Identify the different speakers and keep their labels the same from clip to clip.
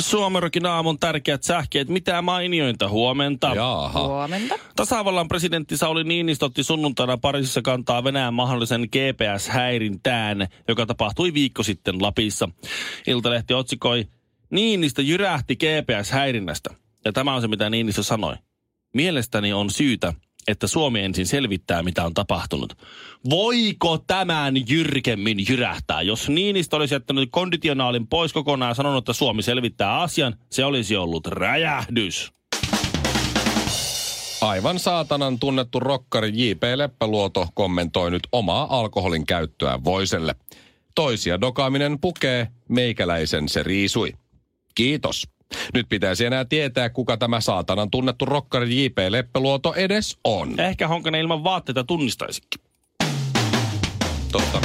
Speaker 1: Suomerokin aamun tärkeät sähkeet. Mitä mainiointa huomenta.
Speaker 2: Jaaha.
Speaker 3: Huomenta.
Speaker 1: Tasavallan presidentti Sauli Niinistö otti sunnuntaina Pariisissa kantaa Venäjän mahdollisen GPS-häirintään, joka tapahtui viikko sitten Lapissa. Iltalehti otsikoi, Niinistö jyrähti GPS-häirinnästä. Ja tämä on se, mitä Niinistö sanoi. Mielestäni on syytä, että Suomi ensin selvittää, mitä on tapahtunut. Voiko tämän jyrkemmin jyrähtää? Jos Niinistö olisi jättänyt konditionaalin pois kokonaan ja sanonut, että Suomi selvittää asian, se olisi ollut räjähdys.
Speaker 2: Aivan saatanan tunnettu rokkari J.P. Leppäluoto kommentoi nyt omaa alkoholin käyttöä voiselle. Toisia dokaaminen pukee, meikäläisen se riisui. Kiitos. Nyt pitäisi enää tietää, kuka tämä saatanan tunnettu rokkari J.P. Leppäluoto edes on.
Speaker 1: Ehkä Honkanen ilman vaatteita tunnistaisikin.
Speaker 2: Totta.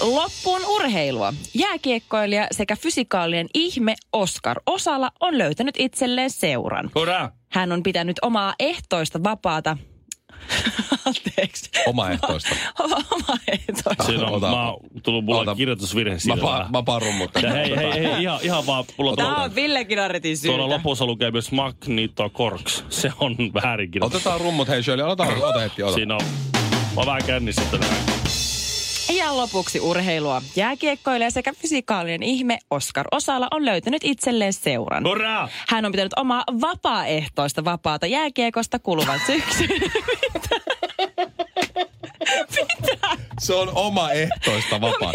Speaker 3: Loppuun urheilua. Jääkiekkoilija sekä fysikaalinen ihme Oskar Osala on löytänyt itselleen seuran.
Speaker 1: Hurraa!
Speaker 3: Hän on pitänyt omaa ehtoista vapaata. Anteeksi.
Speaker 2: Omaehtoista.
Speaker 3: omaa ehtoista.
Speaker 1: Siinä on,
Speaker 2: Ota.
Speaker 1: mä oon tullut mulla
Speaker 2: Ota.
Speaker 1: kirjoitusvirhe siinä.
Speaker 2: Vapaa,
Speaker 1: vähän.
Speaker 2: vapaa rummutta.
Speaker 1: Ja hei, hei, hei, ihan, ihan vaan, mulla
Speaker 2: Ota.
Speaker 3: Tämä
Speaker 1: tuolla,
Speaker 3: on Ville Kinaretin
Speaker 1: tuolla
Speaker 3: syytä.
Speaker 1: lopussa lukee myös Magnitokorks. Se on väärinkirjoitus.
Speaker 2: Otetaan rummut, hei Shirley, ota, ota hetki, ota.
Speaker 1: Siinä on. Mä oon vähän kännissä tänään.
Speaker 3: Ja lopuksi urheilua. Jääkiekkoilija sekä fysikaalinen ihme Oskar Osala on löytänyt itselleen seuran.
Speaker 1: Hurraa!
Speaker 3: Hän on pitänyt omaa vapaaehtoista vapaata jääkiekosta kuluvan syksyn.
Speaker 2: Se on omaehtoista vapaa.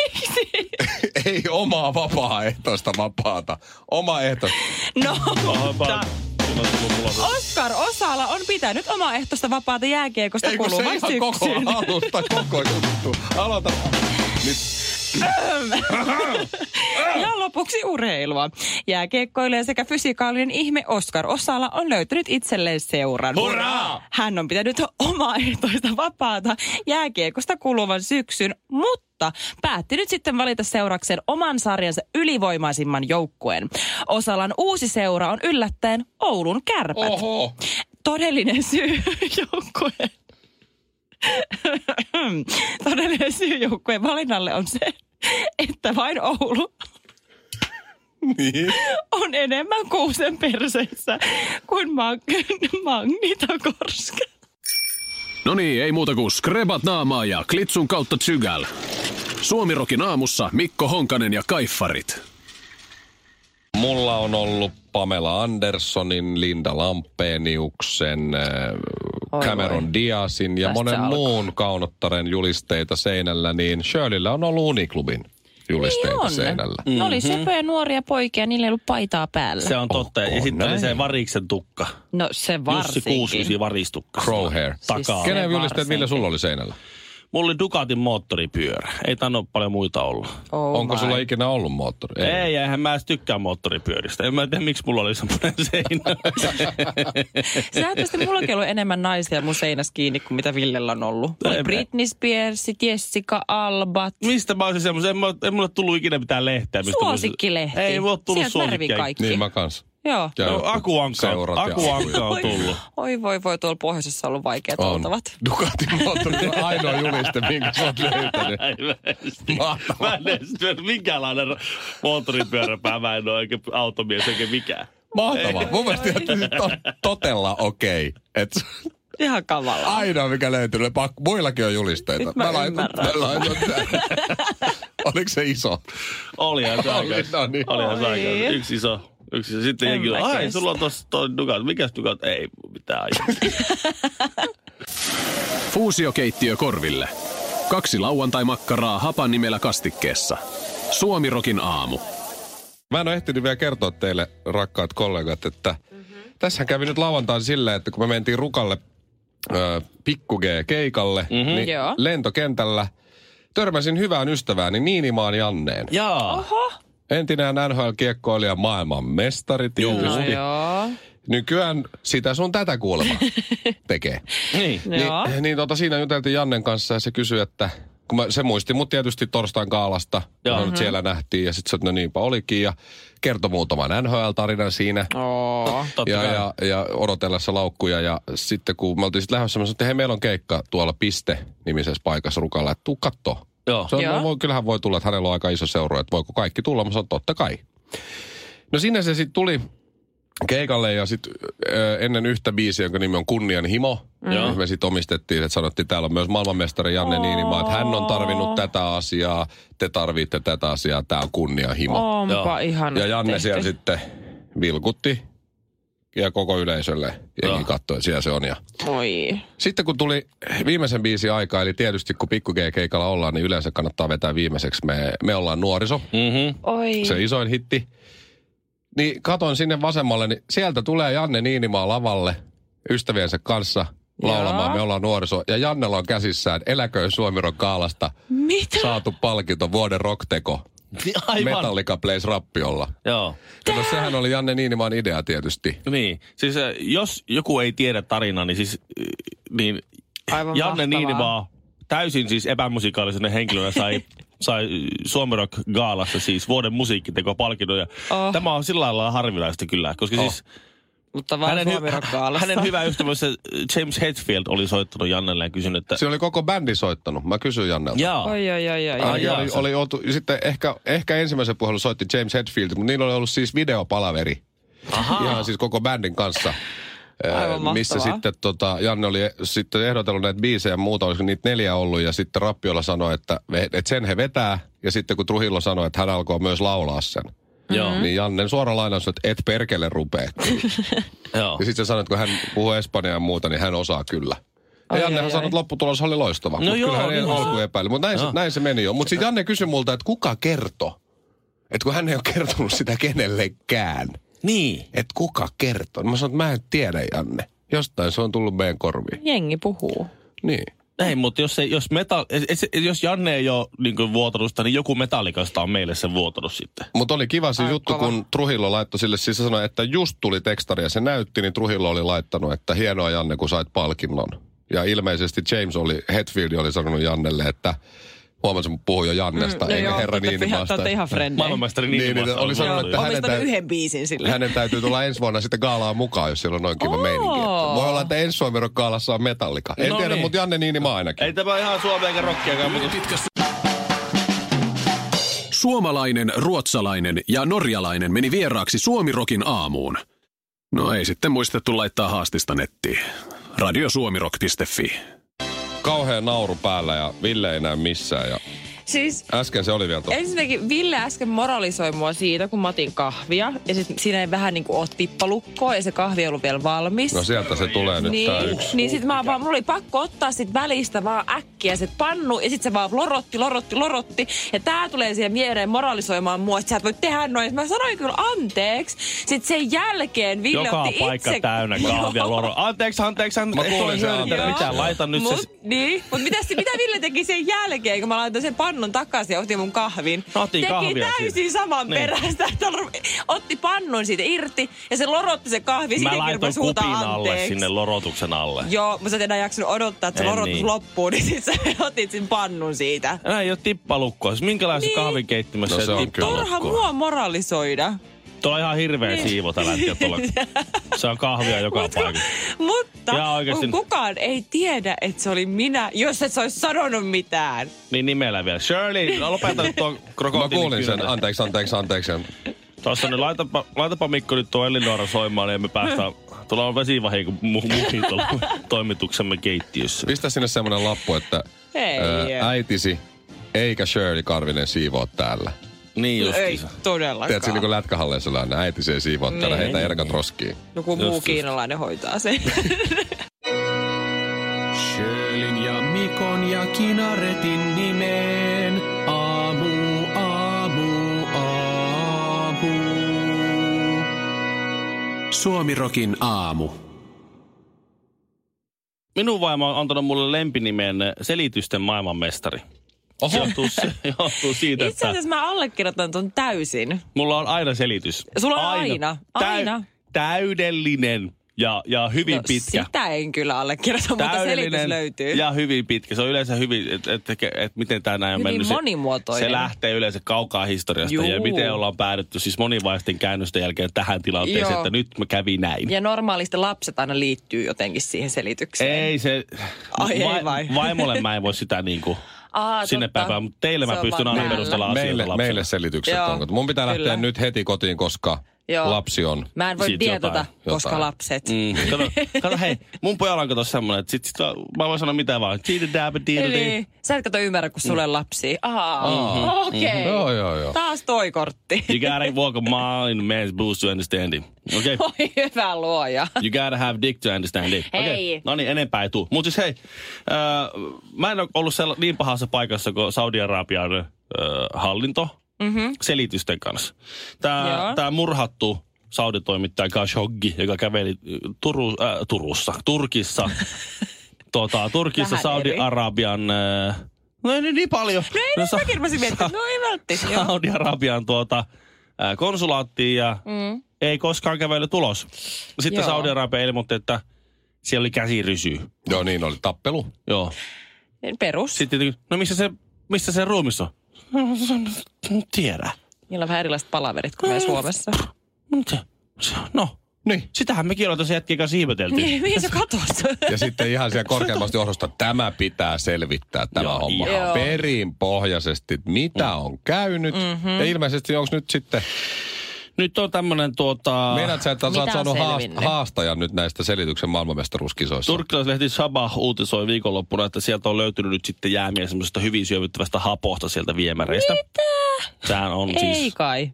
Speaker 2: Ei omaa vapaaehtoista vapaata. Omaehtoista.
Speaker 3: No,
Speaker 1: Pahoin pahoin.
Speaker 3: mutta
Speaker 1: Siinä on tullut mulla-
Speaker 3: Oskar Osala on pitänyt omaehtoista vapaata jääkiekosta
Speaker 2: Ei kun se
Speaker 3: kuluvan
Speaker 2: ihan koko
Speaker 3: syksyn.
Speaker 2: alusta, koko juttu. Aloita. Nyt
Speaker 3: Ja lopuksi urheilua. Jääkiekkoilija sekä fysikaalinen ihme Oskar Osala on löytänyt itselleen seuran.
Speaker 2: Hurraa!
Speaker 3: Hän on pitänyt omaehtoista vapaata jääkiekosta kuluvan syksyn, mutta päätti nyt sitten valita seurakseen oman sarjansa ylivoimaisimman joukkueen. Osalan uusi seura on yllättäen Oulun kärpät.
Speaker 2: Oho.
Speaker 3: todellinen syy joukkueen todellinen syy joukkueen valinnalle on se, että vain Oulu
Speaker 2: Niin.
Speaker 3: on enemmän kuusen perseessä kuin mag- Magnitakorska.
Speaker 4: No niin, ei muuta kuin skrebat naamaa ja klitsun kautta tsygäl. Suomirokin aamussa Mikko Honkanen ja Kaiffarit.
Speaker 2: Mulla on ollut Pamela Anderssonin, Linda Lampeniuksen, äh,
Speaker 3: Oi
Speaker 2: Cameron
Speaker 3: voi.
Speaker 2: Diasin ja
Speaker 3: Tästä
Speaker 2: monen
Speaker 3: alkaa.
Speaker 2: muun kaunottaren julisteita seinällä, niin Shirleyllä on ollut Uniklubin julisteita seinällä.
Speaker 3: Ne Niin oli söpöjä nuoria poikia, niillä ei ollut paitaa päällä.
Speaker 1: Mm-hmm. Se on totta. Ja
Speaker 2: Onko
Speaker 1: sitten oli se
Speaker 2: näin?
Speaker 1: variksen tukka.
Speaker 3: No se
Speaker 1: Jussi Kuuskusi
Speaker 3: varsinkin.
Speaker 1: varistukka.
Speaker 2: Crowhair.
Speaker 1: Takaa.
Speaker 3: Siis se-
Speaker 2: Kenen julisteet, millä
Speaker 3: varsinkin.
Speaker 2: sulla oli seinällä?
Speaker 1: Mulla oli Ducatin moottoripyörä. Ei tainnut paljon muita olla.
Speaker 3: Oh
Speaker 2: Onko
Speaker 3: my.
Speaker 2: sulla ikinä ollut moottori?
Speaker 1: Ei, eihän mä edes tykkää moottoripyöristä. En mä tiedä, miksi mulla oli semmoinen seinä.
Speaker 3: Sä tästä mullakin ollut enemmän naisia mun seinässä kiinni kuin mitä Villellä on ollut. Oli
Speaker 1: Ei-
Speaker 3: Britney Spears, Jessica Albat.
Speaker 1: Mistä mä olisin semmoisen? En, mä- ei mulle tullut ikinä mitään lehteä. Mistä mä olisin-
Speaker 3: Suosikkilehti.
Speaker 1: Ei mulle tullut
Speaker 3: Sieltä värvi
Speaker 1: suosikkia.
Speaker 3: kaikki.
Speaker 2: Niin mä kans.
Speaker 3: Joo.
Speaker 2: Ja
Speaker 1: No,
Speaker 2: jotkut
Speaker 1: Aku Ankka,
Speaker 2: seurat ja
Speaker 1: Aku Ankka on
Speaker 3: Oi,
Speaker 1: tullut.
Speaker 3: Oi voi voi, tuolla pohjoisessa on ollut vaikeat
Speaker 2: On.
Speaker 3: oltavat.
Speaker 2: Ducati moottori on ainoa juliste, minkä sä oot löytänyt.
Speaker 1: Ei mä edes-
Speaker 2: Mahtavaa.
Speaker 1: Mä en edes tiedä, minkäänlainen moottoripyöräpää. Mä en ole oikein automies eikä mikään.
Speaker 2: Mahtavaa. Mun mielestä ihan to- totella okei. Okay. Et
Speaker 3: Ihan kamalaa.
Speaker 2: ainoa mikä löytyy, niin pak- muillakin on julisteita.
Speaker 3: Nyt mä
Speaker 2: laitan,
Speaker 3: ymmärrän.
Speaker 2: mä laitan tän. Oliko se iso?
Speaker 1: Olihan se aika.
Speaker 2: Oli, no niin.
Speaker 1: Olihan se
Speaker 3: Oi.
Speaker 1: aika. Yksi iso. Yksi iso. Sitten
Speaker 3: En
Speaker 1: jengi on,
Speaker 3: mä
Speaker 1: ai
Speaker 3: kestä.
Speaker 1: sulla on tossa toi Ducat. Mikäs Ducat? Ei mitään aikaa.
Speaker 4: Fuusiokeittiö Korville. Kaksi lauantai-makkaraa hapan nimellä kastikkeessa. Suomirokin aamu.
Speaker 2: Mä en ole ehtinyt vielä kertoa teille, rakkaat kollegat, että tässähän kävi nyt lauantaina silleen, että kun me mentiin Rukalle ö, pikku G-keikalle, niin
Speaker 3: Joo.
Speaker 2: lentokentällä törmäsin hyvään ystävääni Niinimaan Janneen.
Speaker 1: Jaa. Oho.
Speaker 2: Entinen NHL-kiekkoilija maailman mestari
Speaker 3: No
Speaker 2: tietysti.
Speaker 3: joo.
Speaker 2: Nykyään sitä sun tätä kuulemma tekee.
Speaker 1: Niin.
Speaker 3: Joo.
Speaker 2: Niin, niin tota, siinä juteltiin Jannen kanssa ja se kysyi, että kun mä, se muisti mut tietysti torstain kaalasta,
Speaker 1: Joo. Mhm.
Speaker 2: kun me nyt siellä nähtiin ja sitten se, että no niinpä olikin ja kertoi muutaman NHL-tarinan siinä.
Speaker 3: Oo.
Speaker 1: Totta
Speaker 2: Ja,
Speaker 1: kai.
Speaker 2: ja, ja odotellessa laukkuja ja sitten kun me oltiin sitten lähdössä, mä sanoin, että hei meillä on keikka tuolla Piste-nimisessä paikassa Rukalla, että tuu kattoo.
Speaker 1: Joo.
Speaker 2: Se on,
Speaker 3: Joo.
Speaker 2: no, voi, kyllähän voi tulla, että hänellä on aika iso seura, että voiko kaikki tulla. Mä sanoin, totta kai. No sinne se sitten tuli keikalle ja sitten ennen yhtä biisiä, jonka nimi on Kunnianhimo,
Speaker 1: Joo.
Speaker 2: mm. me sitten omistettiin, että sanottiin, täällä on myös maailmanmestari Janne
Speaker 3: Oo.
Speaker 2: Niinimaa, että hän on tarvinnut tätä asiaa, te tarvitte tätä asiaa, tämä on kunnianhimo.
Speaker 3: Onpa
Speaker 1: Joo.
Speaker 3: ihan
Speaker 2: Ja Janne siellä sitten vilkutti ja koko yleisölle.
Speaker 1: Joo.
Speaker 2: Jengi kattoi, siellä se on. Ja
Speaker 3: Oi.
Speaker 2: sitten kun tuli viimeisen biisi aika, eli tietysti kun pikku keikalla ollaan, niin yleensä kannattaa vetää viimeiseksi. Me, me ollaan nuoriso,
Speaker 1: Mm-hmm.
Speaker 3: Oi.
Speaker 2: se isoin hitti. Niin katon sinne vasemmalle, niin sieltä tulee Janne Niinimaa lavalle ystäviensä kanssa laulamaan
Speaker 3: Joo.
Speaker 2: Me ollaan nuoriso. Ja Jannella on käsissään Eläköön Suomiron kaalasta
Speaker 3: Mitä?
Speaker 2: saatu palkinto vuoden rockteko
Speaker 1: niin Aivan.
Speaker 2: Metallica Plays Rappiolla.
Speaker 1: Joo.
Speaker 2: No sehän oli Janne Niinimaan idea tietysti.
Speaker 1: Niin. Siis äh, jos joku ei tiedä tarinaa, niin siis äh, niin
Speaker 3: Aivan
Speaker 1: Janne
Speaker 3: mahtavaa.
Speaker 1: Niinimaa täysin siis epämusikaalisen henkilönä sai, sai Suomi Rock Gaalassa siis vuoden musiikkiteko-palkinnon. Ja
Speaker 3: Oh.
Speaker 1: Tämä on sillä lailla harvinaista kyllä, koska oh. siis
Speaker 3: Mutta vaan
Speaker 1: hänen,
Speaker 3: Suomi
Speaker 1: hy-
Speaker 3: rockaalassa.
Speaker 1: hänen hyvä ystävänsä James Hetfield oli soittanut Jannelle ja kysynyt, että
Speaker 2: Se oli koko bändi soittanut. Mä kysyin Jannelta.
Speaker 1: jaa,
Speaker 3: Oi, oi, oi, oi.
Speaker 2: Ainakin
Speaker 1: jaa,
Speaker 2: oli,
Speaker 1: se-
Speaker 2: oli oltu, sitten ehkä, ehkä ensimmäisen puhelun soitti James Hetfield, mutta niillä oli ollut siis videopalaveri. Aha. Ihan siis koko bändin kanssa. Ää,
Speaker 3: Aivan
Speaker 2: missä
Speaker 3: mahtavaa.
Speaker 2: sitten tota, Janne oli e- sitten ehdotellut näitä biisejä ja muuta, olisiko niitä neljä ollut, ja sitten Rappiola sanoi, että, että sen he vetää, ja sitten kun Truhillo sanoi, että hän alkoi myös laulaa sen,
Speaker 1: joo,
Speaker 2: niin Janne suora lainaus, että et perkele rupee.
Speaker 1: joo.
Speaker 2: Ja sitten se sanoi, että kun hän puhuu espanjaa ja muuta, niin hän osaa kyllä. Ja
Speaker 3: Ai,
Speaker 2: Jannehan
Speaker 3: ai,
Speaker 2: sanoi,
Speaker 3: ai.
Speaker 2: että lopputulos oli loistava.
Speaker 1: No
Speaker 2: No
Speaker 1: joo,
Speaker 2: joo, kyllä hän
Speaker 1: niin
Speaker 2: alku epäili. Mutta näin, se,
Speaker 1: Joo.
Speaker 2: näin se meni jo. Mutta sitten Janne kysyi multa, että kuka kertoi? Että kun hän ei ole kertonut sitä kenellekään.
Speaker 1: Niin.
Speaker 2: Että kuka kertoi? Mä sanoin, että mä en tiedä, Janne. Jostain se on tullut meidän korviin.
Speaker 3: Jengi puhuu.
Speaker 2: Niin.
Speaker 1: Ei, mutta jos, ei, jos, metal, es- es- jos Janne ei ole niin vuotanut sitä, niin joku metallikasta on meille sen vuotanut sitten.
Speaker 2: Mutta oli kiva siis
Speaker 3: Ai,
Speaker 2: juttu,
Speaker 3: kova.
Speaker 2: kun Truhillo laittoi sille, siis se sanoi, että just tuli tekstari ja se näytti, niin Truhillo oli laittanut, että hienoa Janne, kun sait palkinnon. Ja ilmeisesti James oli, Hetfield oli sanonut Jannelle, että huomasin, että puhuin jo Jannesta, mm, no ei joo, herra niin
Speaker 3: Te olette ihan frendejä.
Speaker 1: Maailmanmestari
Speaker 2: Niin,
Speaker 1: niin,
Speaker 2: niin, oli sanonut, että hänen,
Speaker 3: Omistanut
Speaker 2: täy-
Speaker 3: yhden biisin sille.
Speaker 2: hänen täytyy tulla ensi vuonna sitten gaalaan mukaan, jos siellä on noin kiva
Speaker 3: Oo.
Speaker 2: meininki. Että Voi olla, että ensi Suomen gaalassa on metallika. En
Speaker 1: No
Speaker 2: tiedä,
Speaker 1: niin.
Speaker 2: mutta Janne Niinimaa ainakin.
Speaker 1: Ei tämä ihan suomea eikä rockiakaan, mutta
Speaker 4: Suomalainen, ruotsalainen ja norjalainen meni vieraaksi Suomirokin aamuun. No ei sitten muistettu laittaa haastista nettiin. Radiosuomirok.fi.
Speaker 2: Kauhea nauru päällä ja Ville ei näy missään. Ja
Speaker 3: Siis
Speaker 2: äsken se oli vielä tuossa.
Speaker 3: Ensinnäkin Ville äsken moralisoi mua siitä, kun mä otin kahvia. Ja sitten siinä ei vähän niin kuin oot tippalukkoa ja se kahvi ei ollut vielä valmis.
Speaker 2: No sieltä se tulee nyt tää
Speaker 3: niin,
Speaker 2: yksi.
Speaker 3: niin sit mä vaan, mulla oli pakko ottaa sit välistä vaan äkkiä se pannu ja sit se vaan lorotti, lorotti, lorotti. Ja tää tulee siihen mieleen moralisoimaan mua, että sä et voi tehdä noin. Mä sanoin kyllä anteeksi. Sit sen jälkeen Ville
Speaker 1: joka
Speaker 3: otti
Speaker 1: paikka
Speaker 3: itse...
Speaker 1: täynnä kahvia loro. Anteeksi, anteeksi,
Speaker 2: Mä
Speaker 1: anteeksi. Et
Speaker 2: kuulin
Speaker 1: ole
Speaker 2: sen
Speaker 1: hyödyntänyt
Speaker 2: anteeksi.
Speaker 1: mitään. Laita nyt
Speaker 3: mut,
Speaker 1: se.
Speaker 3: Niin, mutta mitä, mitä Ville teki sen jälkeen, kun mä laitoin sen pannun takaisin ja otin mun kahvin?
Speaker 1: No, otin
Speaker 3: teki
Speaker 1: kahvia
Speaker 3: täysin
Speaker 1: siitä.
Speaker 3: saman
Speaker 1: Niin.
Speaker 3: niin. perästä. että ru- Otti pannun siitä irti ja se lorotti se kahvi.
Speaker 1: Mä
Speaker 3: Siinäkin
Speaker 1: laitoin
Speaker 3: rupesi huutaa
Speaker 1: kupin alle
Speaker 3: anteeksi.
Speaker 1: sinne lorotuksen alle.
Speaker 3: Joo, mutta sä et enää jaksanut odottaa, että se
Speaker 1: En
Speaker 3: lorotus
Speaker 1: niin.
Speaker 3: niin. loppuu, niin sit sä otit sen pannun siitä.
Speaker 1: Näin ei ole tippalukkoa. Siis minkälaisessa niin.
Speaker 3: Niin.
Speaker 1: kahvinkeittimessä
Speaker 2: No se
Speaker 1: ei
Speaker 2: on
Speaker 1: tippalukkoa?
Speaker 3: Turha mua moralisoida.
Speaker 1: Tuolla on ihan hirveä niin. siivo tällä hetkellä. Tuolla. Se on kahvia joka
Speaker 3: Mut-
Speaker 1: paikassa.
Speaker 3: Mutta
Speaker 1: Jaa, oikeesti.
Speaker 3: kun kukaan ei tiedä, että se oli minä, jos et sä olisi sanonut mitään.
Speaker 1: Niin nimellä vielä. Shirley, no lopeta nyt tuon
Speaker 2: Mä
Speaker 1: krokotiilin
Speaker 2: kuulin sen,
Speaker 1: kyyneltä.
Speaker 2: anteeksi, anteeksi, anteeksi.
Speaker 1: Tuossa nyt laitapa, laitapa Mikko nyt tuo Elinora soimaan, niin me päästään... Tuolla on vesivahinko mu- muihin tuolla toimituksemme keittiössä.
Speaker 2: Pistä sinne semmoinen lappu, että
Speaker 3: Ei.
Speaker 2: ää, äitisi eikä Shirley Karvinen siivoo täällä.
Speaker 1: Niin
Speaker 3: ei
Speaker 1: justiinsa.
Speaker 3: todellakaan.
Speaker 2: Tiedätkö, se niin kuin lätkähalleissa on aina, äiti se ei siivoo täällä,
Speaker 3: Niin.
Speaker 2: heitä erkat roskiin.
Speaker 3: Joku
Speaker 1: Just,
Speaker 3: No muu
Speaker 1: just.
Speaker 3: kiinalainen hoitaa sen.
Speaker 4: Sjölin ja Mikon ja Kinaretin nimeen. Aamu, aamu, aamu. Suomirokin aamu.
Speaker 1: Minun vaimo on antanut mulle lempinimen selitysten eh, maailmanmestari. Oho. Johtuu, se- johtuu siitä,
Speaker 3: Itse
Speaker 1: että
Speaker 3: asiassa mä allekirjoitan ton täysin. No,
Speaker 1: mulla on aina selitys.
Speaker 3: Sulla on aina, aina.
Speaker 1: täydellinen ja, ja hyvin
Speaker 3: No,
Speaker 1: Niin pitkä.
Speaker 3: Sitä en kyllä allekirjoita, mutta selitys löytyy.
Speaker 1: ja hyvin pitkä. Se on yleensä hyvin, että et, et, et miten tämä näin on
Speaker 3: Hyvin
Speaker 1: mennyt. Se-
Speaker 3: monimuotoinen.
Speaker 1: Se lähtee yleensä kaukaa historiasta
Speaker 3: Juu.
Speaker 1: ja miten ollaan päädytty siis monivaisten käännösten jälkeen tähän tilanteeseen,
Speaker 3: Joo.
Speaker 1: että nyt mä kävin näin.
Speaker 3: ja normaalisti lapset aina liittyy jotenkin siihen selitykseen.
Speaker 1: Ei se,
Speaker 3: Ai ei vai?
Speaker 1: vaimolle mä en voi sitä niin kuin
Speaker 3: Aa,
Speaker 1: sinne
Speaker 3: totta.
Speaker 1: päin, vaan, mutta teille mä
Speaker 3: Se on
Speaker 1: pystyn
Speaker 3: vaan
Speaker 1: aina
Speaker 3: täällä.
Speaker 1: perustelemaan asioita
Speaker 2: Meille,
Speaker 1: lapselle.
Speaker 2: meille selitykset
Speaker 3: Joo,
Speaker 2: on. Mun pitää
Speaker 3: kyllä.
Speaker 2: lähteä nyt heti kotiin, koska
Speaker 3: Joo.
Speaker 2: lapsi on.
Speaker 3: Mä en voi
Speaker 1: Siitä
Speaker 3: dietata,
Speaker 1: jotain,
Speaker 3: koska
Speaker 2: jotain.
Speaker 3: lapset.
Speaker 1: Mm. Kato, kato, hei, mun pojalla on kato semmonen, että sit, sit, mä voin sanoa mitä vaan. Tiidi, dääbi, tiidi,
Speaker 3: Eli sä et kato ymmärrä, kun sulle
Speaker 1: Mm.
Speaker 3: on lapsia. Aa,
Speaker 1: Mm-hmm.
Speaker 3: okei.
Speaker 2: Mm-hmm. Joo, joo, joo.
Speaker 3: Taas toi kortti.
Speaker 1: You gotta walk a mile in a man's boots to understand it. Okay.
Speaker 3: Oi hyvä luoja.
Speaker 1: You gotta have dick to understand it.
Speaker 3: Hei.
Speaker 1: Okay. No niin, enempää ei tuu. Mutta siis hei, äh, mä en ole ollut sella- niin pahassa paikassa kuin Saudi-Arabian äh, hallinto mm-hmm. selitysten kanssa. Tämä,
Speaker 3: Mhm. Joo.
Speaker 1: tämä murhattu sauditoimittaja Khashoggi, joka käveli Turu, äh, Turussa, Turkissa, tota, Turkissa
Speaker 3: Vähän eri.
Speaker 1: Saudi-Arabian... Äh, no ei niin, niin paljon.
Speaker 3: No ei,
Speaker 1: sa-
Speaker 3: no, mäkin rupesin miettimään. No ei vältti. Joo.
Speaker 1: Saudi-Arabian tuota, ää, konsulaattiin ja mm. ei koskaan kävellyt ulos. Sitten
Speaker 3: Joo.
Speaker 1: Saudi-Arabia ilmoitti, että siellä oli käsirysy.
Speaker 2: Joo, niin oli. Tappelu.
Speaker 1: Joo.
Speaker 3: Perus.
Speaker 1: Sitten tietenkin, no missä se, missä se ruumissa on? No, se on- en tiedä.
Speaker 3: Niillä on vähän erilaiset palaverit kuin meillä Suomessa.
Speaker 1: No, se- se- No,
Speaker 2: Niin.
Speaker 1: sitähän mekin ollaan tässä jätkien kanssa siivoteltiin.
Speaker 3: Niin, mihin sä katos?
Speaker 2: Ja sitten ihan siellä korkeammasta johdosta, tämä pitää selvittää tämä
Speaker 1: Joo,
Speaker 2: homma.
Speaker 3: ihan.
Speaker 2: Perinpohjaisesti, että mitä
Speaker 3: Mm.
Speaker 2: on käynyt.
Speaker 3: Mm-hmm.
Speaker 2: Ja ilmeisesti onko nyt sitten,
Speaker 1: Nyt on tämmönen tuota...
Speaker 2: meinaat sä, että
Speaker 3: Mitä
Speaker 2: sä oot
Speaker 3: on
Speaker 2: saanut haast-
Speaker 3: selvinnyt?
Speaker 2: haastajan nyt näistä selityksen maailmanmestaruuskisoissa?
Speaker 1: Turkkilaislehti Sabah uutisoi viikonloppuna, että sieltä on löytynyt nyt sitten jäämiä semmoisesta hyvin syövyttävästä haposta sieltä viemäreistä. Mitä? Sehän on siis...
Speaker 3: Ei kai.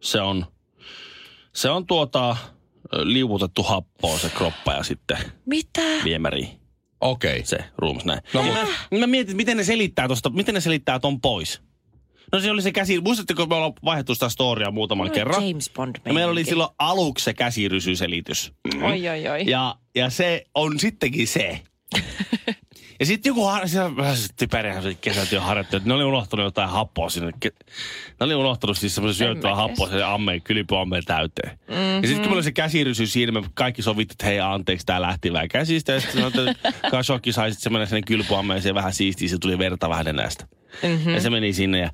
Speaker 1: se on, se on tuota, ö, liuutettu happoon se kroppa ja sitten
Speaker 3: Mitä?
Speaker 1: viemäri
Speaker 2: Okei.
Speaker 1: se ruumis näin.
Speaker 2: No,
Speaker 1: No, mä, mä mietin, miten ne selittää tosta, miten ne selittää ton pois. No se oli se käsi, muistatteko me ollaan vaihdettu sitä storia muutaman no, kerran?
Speaker 3: James Bond
Speaker 1: Ja meillä oli
Speaker 3: meininki.
Speaker 1: silloin aluksi se käsirysyselitys.
Speaker 3: Oi, oi, oi.
Speaker 1: Ja, ja se on sittenkin se. ja sitten joku har- siellä vähän se typeriä se kesätyön harjoittelu, että ne oli unohtanut jotain happoa sinne. Ke- ne oli unohtanut siis semmoisen
Speaker 3: En mä
Speaker 1: syöttävän
Speaker 3: kestä.
Speaker 1: happoa sinne ammeen, kylpyammeen täyteen. Mm-hmm. Ja
Speaker 2: Mhm.
Speaker 1: sitten kun meillä oli se käsirysyys siinä, me kaikki sovittiin, että hei anteeksi, tää lähti vähän käsistä. Ja sitten sanoin, että Khashoggi sai sitten semmoinen sinne kylpyammeeseen vähän siistiä, se tuli verta vähän nenästä.
Speaker 2: Mhm.
Speaker 1: Mm-hmm. Ja se meni sinne ja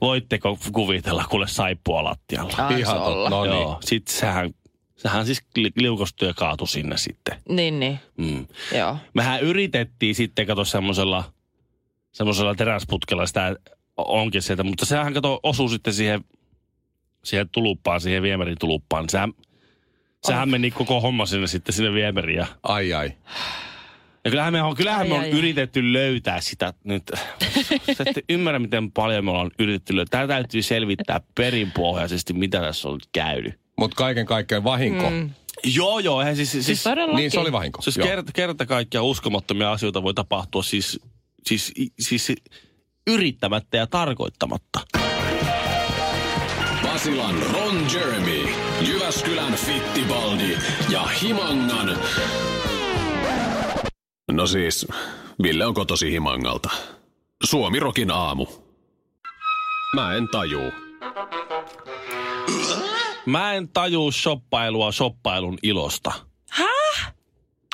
Speaker 1: voitteko kuvitella, kuule saippua lattialla.
Speaker 2: Ihan totta. No niin.
Speaker 1: Joo, sit sehän, sehän siis li- liukastui ja kaatui sinne sitten.
Speaker 3: Niin, niin.
Speaker 1: Mm.
Speaker 3: Joo.
Speaker 2: Niin
Speaker 1: Mehän yritettiin sitten, kato semmoisella semmoisella teräsputkella sitä onkin sieltä, mutta sehän kato osuu sitten siihen, siihen tuluppaan, siihen viemärin tuluppaan. Sehän, sehän meni koko homma sinne sitten sinne viemäriin. Ja,
Speaker 2: Ai ai.
Speaker 1: ja kyllähän me on, kyllähän me
Speaker 3: Ai,
Speaker 1: on
Speaker 3: ai, ai.
Speaker 1: yritetty löytää sitä nyt. Sä et ymmärrä, miten paljon me ollaan yritetty löytää. Tämä täytyy selvittää perinpohjaisesti, mitä tässä on nyt käynyt.
Speaker 2: Mutta kaiken kaikkiaan vahinko.
Speaker 3: Mm.
Speaker 1: Joo, joo. Eihän siis, siis,
Speaker 3: Siis todellakin.
Speaker 2: Niin se oli vahinko.
Speaker 1: Siis
Speaker 2: Joo.
Speaker 1: kerta, kerta kaikkiaan uskomattomia asioita voi tapahtua siis, siis, siis yrittämättä ja tarkoittamatta.
Speaker 4: Basilan Ron Jeremy, Jyväskylän Fittibaldi ja Himangan... No siis, Ville on kotosi Himangalta. Suomirokin aamu. Mä en tajuu.
Speaker 1: Mä en tajuu shoppailua shoppailun ilosta. Häh?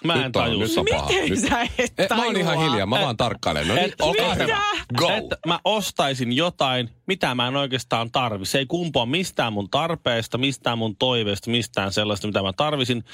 Speaker 1: Mä en
Speaker 2: Nyt on,
Speaker 1: tajuu
Speaker 2: nyt
Speaker 1: sitä.
Speaker 2: on paha.
Speaker 3: Miten
Speaker 2: Nyt-
Speaker 3: sä et
Speaker 2: Eh, Mä oon ihan
Speaker 3: tajua?
Speaker 2: hiljaa, mä vaan tarkkailen. No niin,
Speaker 1: et-
Speaker 2: olkaa
Speaker 3: Mitä?
Speaker 2: hyvä. Go.
Speaker 1: Että mä ostaisin jotain, mitä mä en oikeastaan tarvi. Se ei kumpoa mistään mun tarpeesta, mistään mun toiveesta, mistään sellaista, mitä mä tarvisin,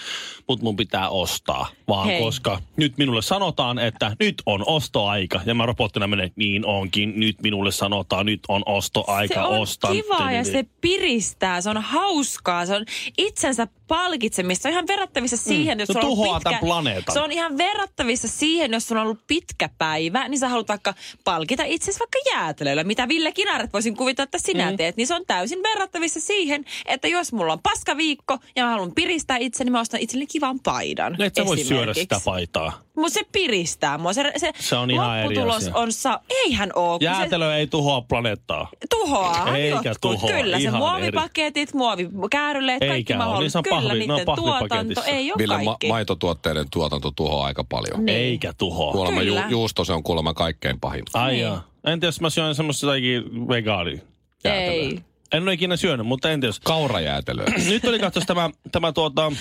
Speaker 1: mutta mun pitää ostaa. Vaan
Speaker 3: Hei.
Speaker 1: Hei. koska nyt minulle sanotaan, että nyt on ostoaika. Ja mä robottina menen, niin onkin, nyt minulle sanotaan, nyt on ostoaika,
Speaker 3: se on
Speaker 1: ostan.
Speaker 3: kivaa ja se piristää, se on hauskaa, se on itsensä palkitsemista. Se on ihan verrattavissa siihen, jos
Speaker 1: Mm. Se
Speaker 3: sulla on
Speaker 1: tuhoaa
Speaker 3: ollut pitkä...
Speaker 1: tän planeetan.
Speaker 3: Se on ihan verrattavissa siihen, jos sulla on ollut pitkä päivä, niin sä haluat vaikka palkita itsesi vaikka jäätelöllä, mitä Ville Kinaret voisin kuvitella, että sinä mm. teet. Niin se on täysin verrattavissa siihen, että jos mulla on paska viikko ja mä haluan piristää itseni, mä ostan itselleni kivan paidan.
Speaker 1: No Et sä voi syödä
Speaker 3: esimerkiksi.
Speaker 1: sitä paitaa.
Speaker 3: Mutta se piristää mua. Se, se,
Speaker 1: Se on ihan eri
Speaker 3: lopputulos
Speaker 1: asia.
Speaker 3: on sa... Eihän oo. kun se
Speaker 1: Jäätelö ei tuhoa planeettaa.
Speaker 3: tuhoaa
Speaker 1: Eikä
Speaker 3: jotkut.
Speaker 1: tuhoa,
Speaker 3: Kyllä, se
Speaker 1: ihan
Speaker 3: muovipaketit, muovikääryleet, kaikki
Speaker 1: Eikä ole,
Speaker 3: mahdolliset.
Speaker 1: niissä on
Speaker 3: Kyllä,
Speaker 1: pahvi- ne on
Speaker 3: niiden tuotanto
Speaker 1: pahvipaketissa.
Speaker 3: ei ole
Speaker 2: Ville, ma-
Speaker 3: kaikki.
Speaker 2: maitotuotteiden tuotanto tuhoaa aika paljon.
Speaker 3: Niin.
Speaker 1: Eikä tuhoa.
Speaker 2: Kuulemma ju-
Speaker 3: Kyllä.
Speaker 2: juusto, se on kuulemma kaikkein pahin.
Speaker 1: Ai
Speaker 3: Niin.
Speaker 1: jaa. Entä jos mä syön semmoista jotakin vegaani?
Speaker 3: Ei.
Speaker 1: En ole ikinä syönyt, mutta entä jos?
Speaker 2: Kaurajäätelöä.
Speaker 1: Nyt oli katsos tämä, tämä tuota,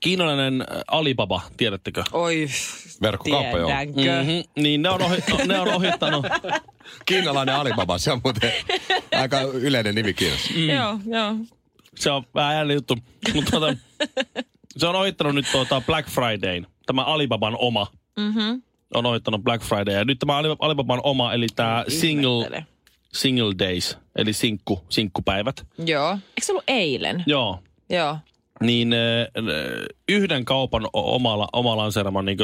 Speaker 1: kiinalainen äh, Alibaba, tiedättekö?
Speaker 3: Oi,
Speaker 2: Verkkokauppa, joo.
Speaker 3: tiedänkö.
Speaker 1: Mm-hmm. Niin, ne on, ohi, no, ne on ohittanut.
Speaker 2: Kiinalainen Alibaba, se on muuten aika yleinen nimi Kiinassa.
Speaker 1: mhm.
Speaker 3: Joo, joo.
Speaker 1: Se on vähän jäljellä juttu. Mutta tuota, se on ohittanut nyt tuota Black Fridayn, tämä Alibaban oma. Mm-hmm. On ohittanut Black Friday. Ja nyt tämä Alib- Alibaban oma, eli tämä single,
Speaker 3: Ihmettele.
Speaker 1: single Days, eli sinkku, sinkkupäivät.
Speaker 3: Joo. Eikö se ollut eilen?
Speaker 1: Joo.
Speaker 3: Joo.
Speaker 1: Niin ö, ö, yhden kaupan o- omalla, oma lanseerama niin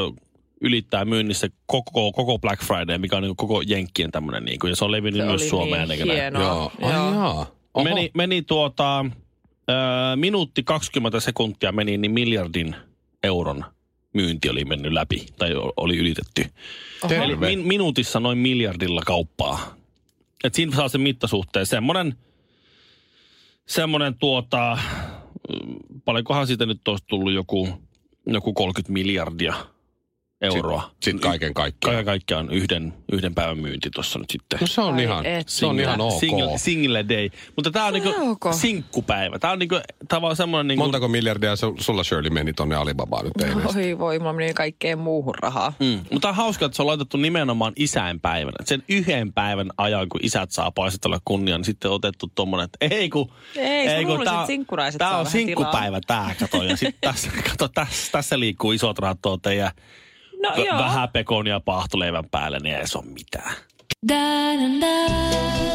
Speaker 1: ylittää myynnissä koko, koko Black Friday, mikä on niin koko Jenkkien tämmöinen. Niin ja se on levinnyt
Speaker 3: Se
Speaker 1: myös
Speaker 3: oli
Speaker 1: Suomeen.
Speaker 3: niin
Speaker 1: eikä näin.
Speaker 3: hienoa.
Speaker 2: joo. Ai
Speaker 3: Joo.
Speaker 2: jaa. Oho.
Speaker 1: Meni, meni tuota, ö, minuutti 20 sekuntia meni, niin miljardin euron myynti oli mennyt läpi, tai o- oli ylitetty.
Speaker 2: Terve.
Speaker 1: Min, minuutissa noin miljardilla kauppaa. Et siinä saa sen mittasuhteen. Semmoinen, semmoinen tuota, mm, paljonkohan siitä nyt olisi tullut joku, joku 30 miljardia euroa.
Speaker 2: Sitten kaiken kaikkiaan.
Speaker 1: Kaiken kaikkiaan yhden, yhden päivän myynti tuossa nyt sitten.
Speaker 2: No se on
Speaker 3: Ai
Speaker 2: ihan,
Speaker 3: et.
Speaker 2: se on ihan ok.
Speaker 1: Single, single day. Mutta tämä on
Speaker 3: Se on
Speaker 1: niinku
Speaker 3: ok.
Speaker 1: sinkkupäivä. Tämä on niinku tavallaan semmoinen niinku...
Speaker 2: Montako miljardia su- sulla Shirley meni tonne Alibabaan nyt eilen?
Speaker 3: Oi voi, mulla meni kaikkeen muuhun rahaa.
Speaker 1: Mm. Mutta tää on hauska, että se on laitettu nimenomaan isäinpäivänä. Et Sen yhden päivän ajan, kun isät saa paistella kunnian, niin sitten on otettu tommonen, että ei kun...
Speaker 3: Ei, sä luulisit, että sinkkuraiset
Speaker 1: tää
Speaker 3: saa
Speaker 1: on
Speaker 3: vähän tilaa.
Speaker 1: sinkkupäivä tää, kato. Ja sit tässä, kato, tässä, tässä liikkuu isot rahat tuon teidän
Speaker 3: No
Speaker 1: v-
Speaker 3: joo.
Speaker 1: vähän pekonia paahtoleivän päälle, niin ei se ole mitään.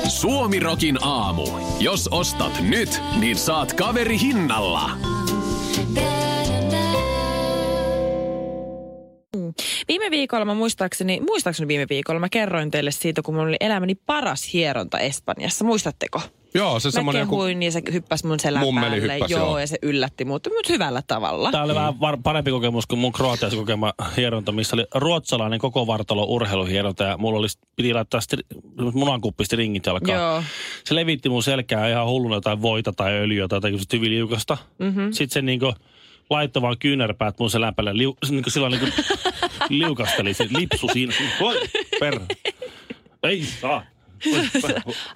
Speaker 4: Suomirokin aamu. Jos ostat nyt, niin saat kaveri hinnalla.
Speaker 3: Viime viikolla mä muistaakseni, muistaakseni viime viikolla mä kerroin teille siitä, kun mulla oli elämäni paras hieronta Espanjassa. Muistatteko?
Speaker 2: Joo, se
Speaker 3: Mä
Speaker 2: semmoinen joku...
Speaker 3: kehuin ja se hyppäsi mun selän
Speaker 2: Mummeli
Speaker 3: päälle.
Speaker 2: hyppäsi,
Speaker 3: joo,
Speaker 2: joo.
Speaker 3: ja se yllätti mut, mutta hyvällä tavalla.
Speaker 1: Tämä oli vähän var- parempi kokemus kuin mun Kroatiassa kokema hieronta, missä oli ruotsalainen koko vartalo urheiluhieronta ja mulla oli, piti laittaa stri- munankuppisti ringit jalkaan.
Speaker 3: Joo.
Speaker 1: Se levitti mun selkää ihan hulluna jotain voita tai öljyä tai jotain semmoista hyvin liukasta. Mm-hmm. Sitten se niinku laittoi vaan kyynärpäät mun selän päälle. Liu- se niinku sillä niinku liukasteli se lipsu siinä. Voi, per. Ei saa.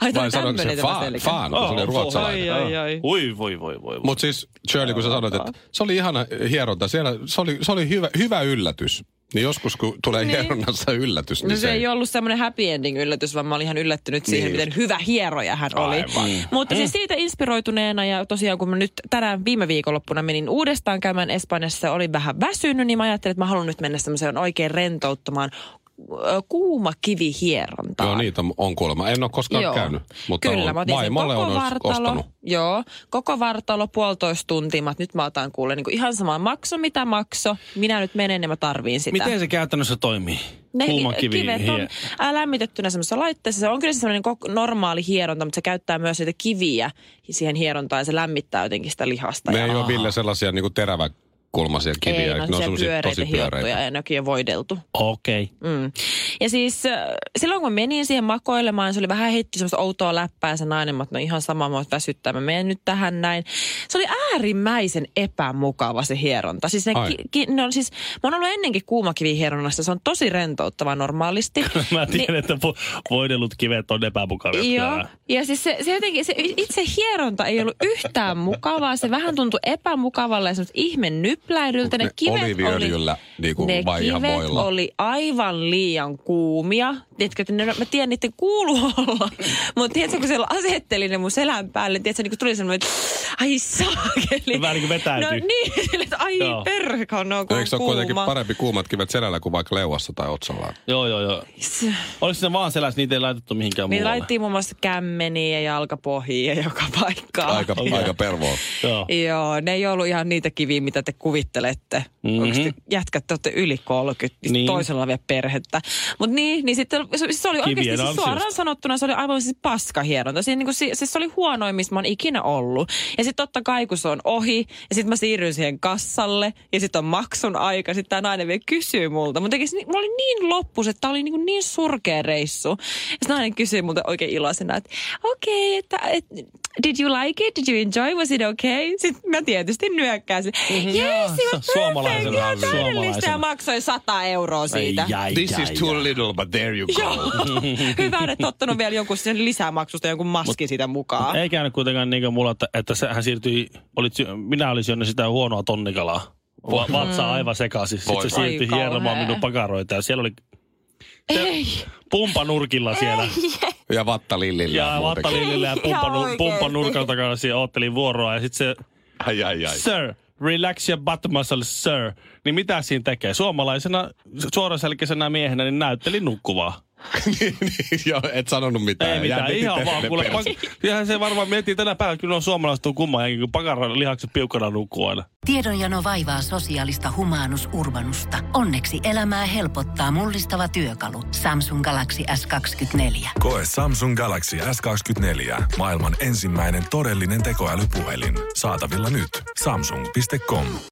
Speaker 3: Ai,
Speaker 2: Vai sanoiko se
Speaker 3: tämä
Speaker 2: faan,
Speaker 3: selkä.
Speaker 2: faan, kun se Niin oli ruotsalainen?
Speaker 3: Ai, ai, ai.
Speaker 1: Oi, voi, voi, voi. voi.
Speaker 2: Mutta siis Shirley, kun sä sanoit, että se oli ihana hieronta, siellä, se oli, se oli hyvä, hyvä yllätys. Niin joskus, kun tulee niin. hieronnassa yllätys, niin
Speaker 3: No se ei ollut semmoinen happy ending yllätys, vaan mä olin ihan yllättynyt siihen,
Speaker 2: Niin
Speaker 3: niin. miten hyvä hieroja hän oli.
Speaker 2: Aivan. Mm.
Speaker 3: Mutta siis siitä inspiroituneena ja tosiaan kun mä nyt tänään viime viikonloppuna menin uudestaan käymään Espanjassa, olin vähän väsynyt, niin mä ajattelin, että mä haluan nyt mennä semmoiseen oikein rentouttamaan ö, kuuma kivihierontaan.
Speaker 2: Joo, niitä on kuulemma. En ole koskaan Joo. käynyt, mutta
Speaker 3: Kyllä,
Speaker 2: on.
Speaker 3: mä otin sen
Speaker 2: vaimolle
Speaker 3: koko
Speaker 2: on
Speaker 3: vartalo.
Speaker 2: ostanut.
Speaker 3: Joo, koko vartalo, puolitoista tuntia. Mä, nyt mä otan kuule niin ihan sama makso, mitä makso. Minä nyt menen ja mä tarviin sitä.
Speaker 1: Miten se käytännössä toimii?
Speaker 3: Ne
Speaker 1: Kuuman
Speaker 3: hi-
Speaker 1: kivi.
Speaker 3: kivet on
Speaker 1: hie-
Speaker 3: ää, lämmitettynä semmoisessa laitteessa. Se on kyllä semmoinen kok- normaali hieronta, mutta se käyttää myös niitä kiviä siihen hierontaan ja se lämmittää jotenkin sitä lihasta.
Speaker 2: Ne
Speaker 3: ja
Speaker 2: ei ole, Ville, sellaisia niinku teräväkulmaisia kiviä.
Speaker 3: ei,
Speaker 2: että
Speaker 3: no,
Speaker 2: ne on
Speaker 3: se
Speaker 2: semmosia
Speaker 3: pyöreitä,
Speaker 2: tosi
Speaker 3: hiottuja
Speaker 2: pyöreitä.
Speaker 3: ja nekin on voideltu.
Speaker 1: Okei. Okay.
Speaker 3: Mm. Ja siis äh, silloin kun menin siihen makoilemaan, se oli vähän heitti semmoista outoa läppää ja se nainen, mutta no ihan sama, mua väsyttää, mä menen nyt tähän näin. Se oli äärimmäisen epämukava se hieronta. Siis ne,
Speaker 2: Ai.
Speaker 3: ki, ki, ne on siis, mä oon ollut ennenkin kuumakivihieronnassa, se on tosi rentouttava normaalisti.
Speaker 1: Mä tiedän, että vo- voidellut kivet on epämukavia.
Speaker 3: Niin. Joo, ja siis se, se jotenkin, se itse hieronta ei ollut yhtään mukavaa. Se vähän tuntui epämukavalle ja semmoista ihme nypläidyltä. Ne,
Speaker 2: Ne
Speaker 3: kivet
Speaker 2: oliiviöljyllä
Speaker 3: oli,
Speaker 2: niinku
Speaker 3: ne
Speaker 2: vai ihan
Speaker 3: kivet
Speaker 2: voilla?
Speaker 3: oli aivan liian kuumia. Tiedätkö, että ne, mä tiedän, niiden kuuluu olla. Mutta tiedätkö, kun siellä asetteli ne mun selän päälle, niin tiedätkö, niin tuli semmoinen, että ai saakeli.
Speaker 1: Vähän niin kuin
Speaker 3: No
Speaker 1: vetäytyy.
Speaker 3: niin, silleen, että ai
Speaker 1: Joo.
Speaker 3: perkano, kun
Speaker 2: No,
Speaker 3: on
Speaker 2: niinku Eikö se ole kuitenkin
Speaker 3: kuuma.
Speaker 2: parempi kuumat kivet selällä kuin vaikka leuassa tai otsallaan?
Speaker 1: Joo, joo, joo. Oliko siinä vaan selässä, niitä ei laitettu mihinkään
Speaker 3: Niitä
Speaker 1: muualle?
Speaker 3: Niin laitettiin muun muassa kämmeniä ja jalkapohjiin ja joka
Speaker 1: Ah,
Speaker 3: paikkaan.
Speaker 2: Aika, aika pervoa.
Speaker 1: Joo.
Speaker 3: Joo, ne ei ollut ihan niitä kiviä, mitä te kuvittelette.
Speaker 1: Mhm.
Speaker 3: Mm-hmm. Oikeasti jätkät, te olette yli 30,
Speaker 1: Niin.
Speaker 3: niin. toisella on vielä perhettä. Mutta niin, niin sitten se, se oli
Speaker 1: Kivien
Speaker 3: oikeasti siis
Speaker 1: ansiosta.
Speaker 3: suoraan sanottuna, se oli aivan siis paskahieronta. Siinä, niin kuin, siis se oli huonoin, missä mä oon ikinä ollut. Ja sitten totta kai, kun se on ohi, ja sitten mä siirryn siihen kas, kassalle ja sitten on maksun aika. Sitten tämä nainen vielä kysyy multa. Mutta mulla oli niin loppus, että tämä oli niin, niin surkea reissu. Sitten nainen kysyy multa oikein iloisena, että okei, okay, että et, did you like it? Did you enjoy? Was it okay? Sitten mä tietysti nyökkäsin. Mm-hmm. Yes,
Speaker 1: Joo,
Speaker 3: it was
Speaker 1: su- suomalaisena
Speaker 3: perfect. Joo,
Speaker 1: oli.
Speaker 3: täydellistä.
Speaker 1: Suomalaisena.
Speaker 3: Ja maksoin 100 euroa siitä.
Speaker 1: Ai,
Speaker 2: This is too little, but there you go.
Speaker 3: Joo. Hyvä, että ottanut vielä jonkun sen lisämaksusta jonkun maskin siitä mukaan.
Speaker 1: Ei käynyt kuitenkaan niin kuin mulla, että, että se, hän siirtyi, olit, sy- minä olisin syönyt sitä huonoa tonnikalaa. Va- vatsa aivan sekaisin.
Speaker 2: Voi
Speaker 1: Sitten se
Speaker 3: voi.
Speaker 1: siirtyi
Speaker 3: Mm. Ai
Speaker 1: hieromaan
Speaker 3: kauhea.
Speaker 1: minun pakaroita ja siellä oli pumpanurkilla siellä.
Speaker 2: Ja vatta lillillä.
Speaker 1: Ja vattalillillä ja
Speaker 3: Ei, ihan
Speaker 1: pumppanu,
Speaker 3: oikeesti.
Speaker 1: pumpanurkan takana siellä oottelin vuoroa ja sitten se
Speaker 2: Ai, ai, ai.
Speaker 1: Sir, relax your butt muscle, sir. Niin mitä siinä tekee? Suomalaisena suoraselkäisenä miehenä niin näytteli nukkuvaa.
Speaker 2: Niin, Joo, et sanonut mitään.
Speaker 1: Ei mitään,
Speaker 2: Jännitit
Speaker 1: ihan vaan.
Speaker 2: edelleen
Speaker 1: Kuule,
Speaker 2: perässä.
Speaker 1: pak- Kyllähän se varmaan miettii tänä päivänä, kyllä on suomalaiset on kumma jälkeen, kun pakaran lihakset piukkana nukkuu aina.
Speaker 5: Tiedonjano vaivaa sosiaalista humanus urbanusta. Onneksi elämää helpottaa mullistava työkalu. Samsung Galaxy S24.
Speaker 6: Koe Samsung Galaxy S24. Maailman ensimmäinen todellinen tekoälypuhelin. Saatavilla nyt. Samsung.com.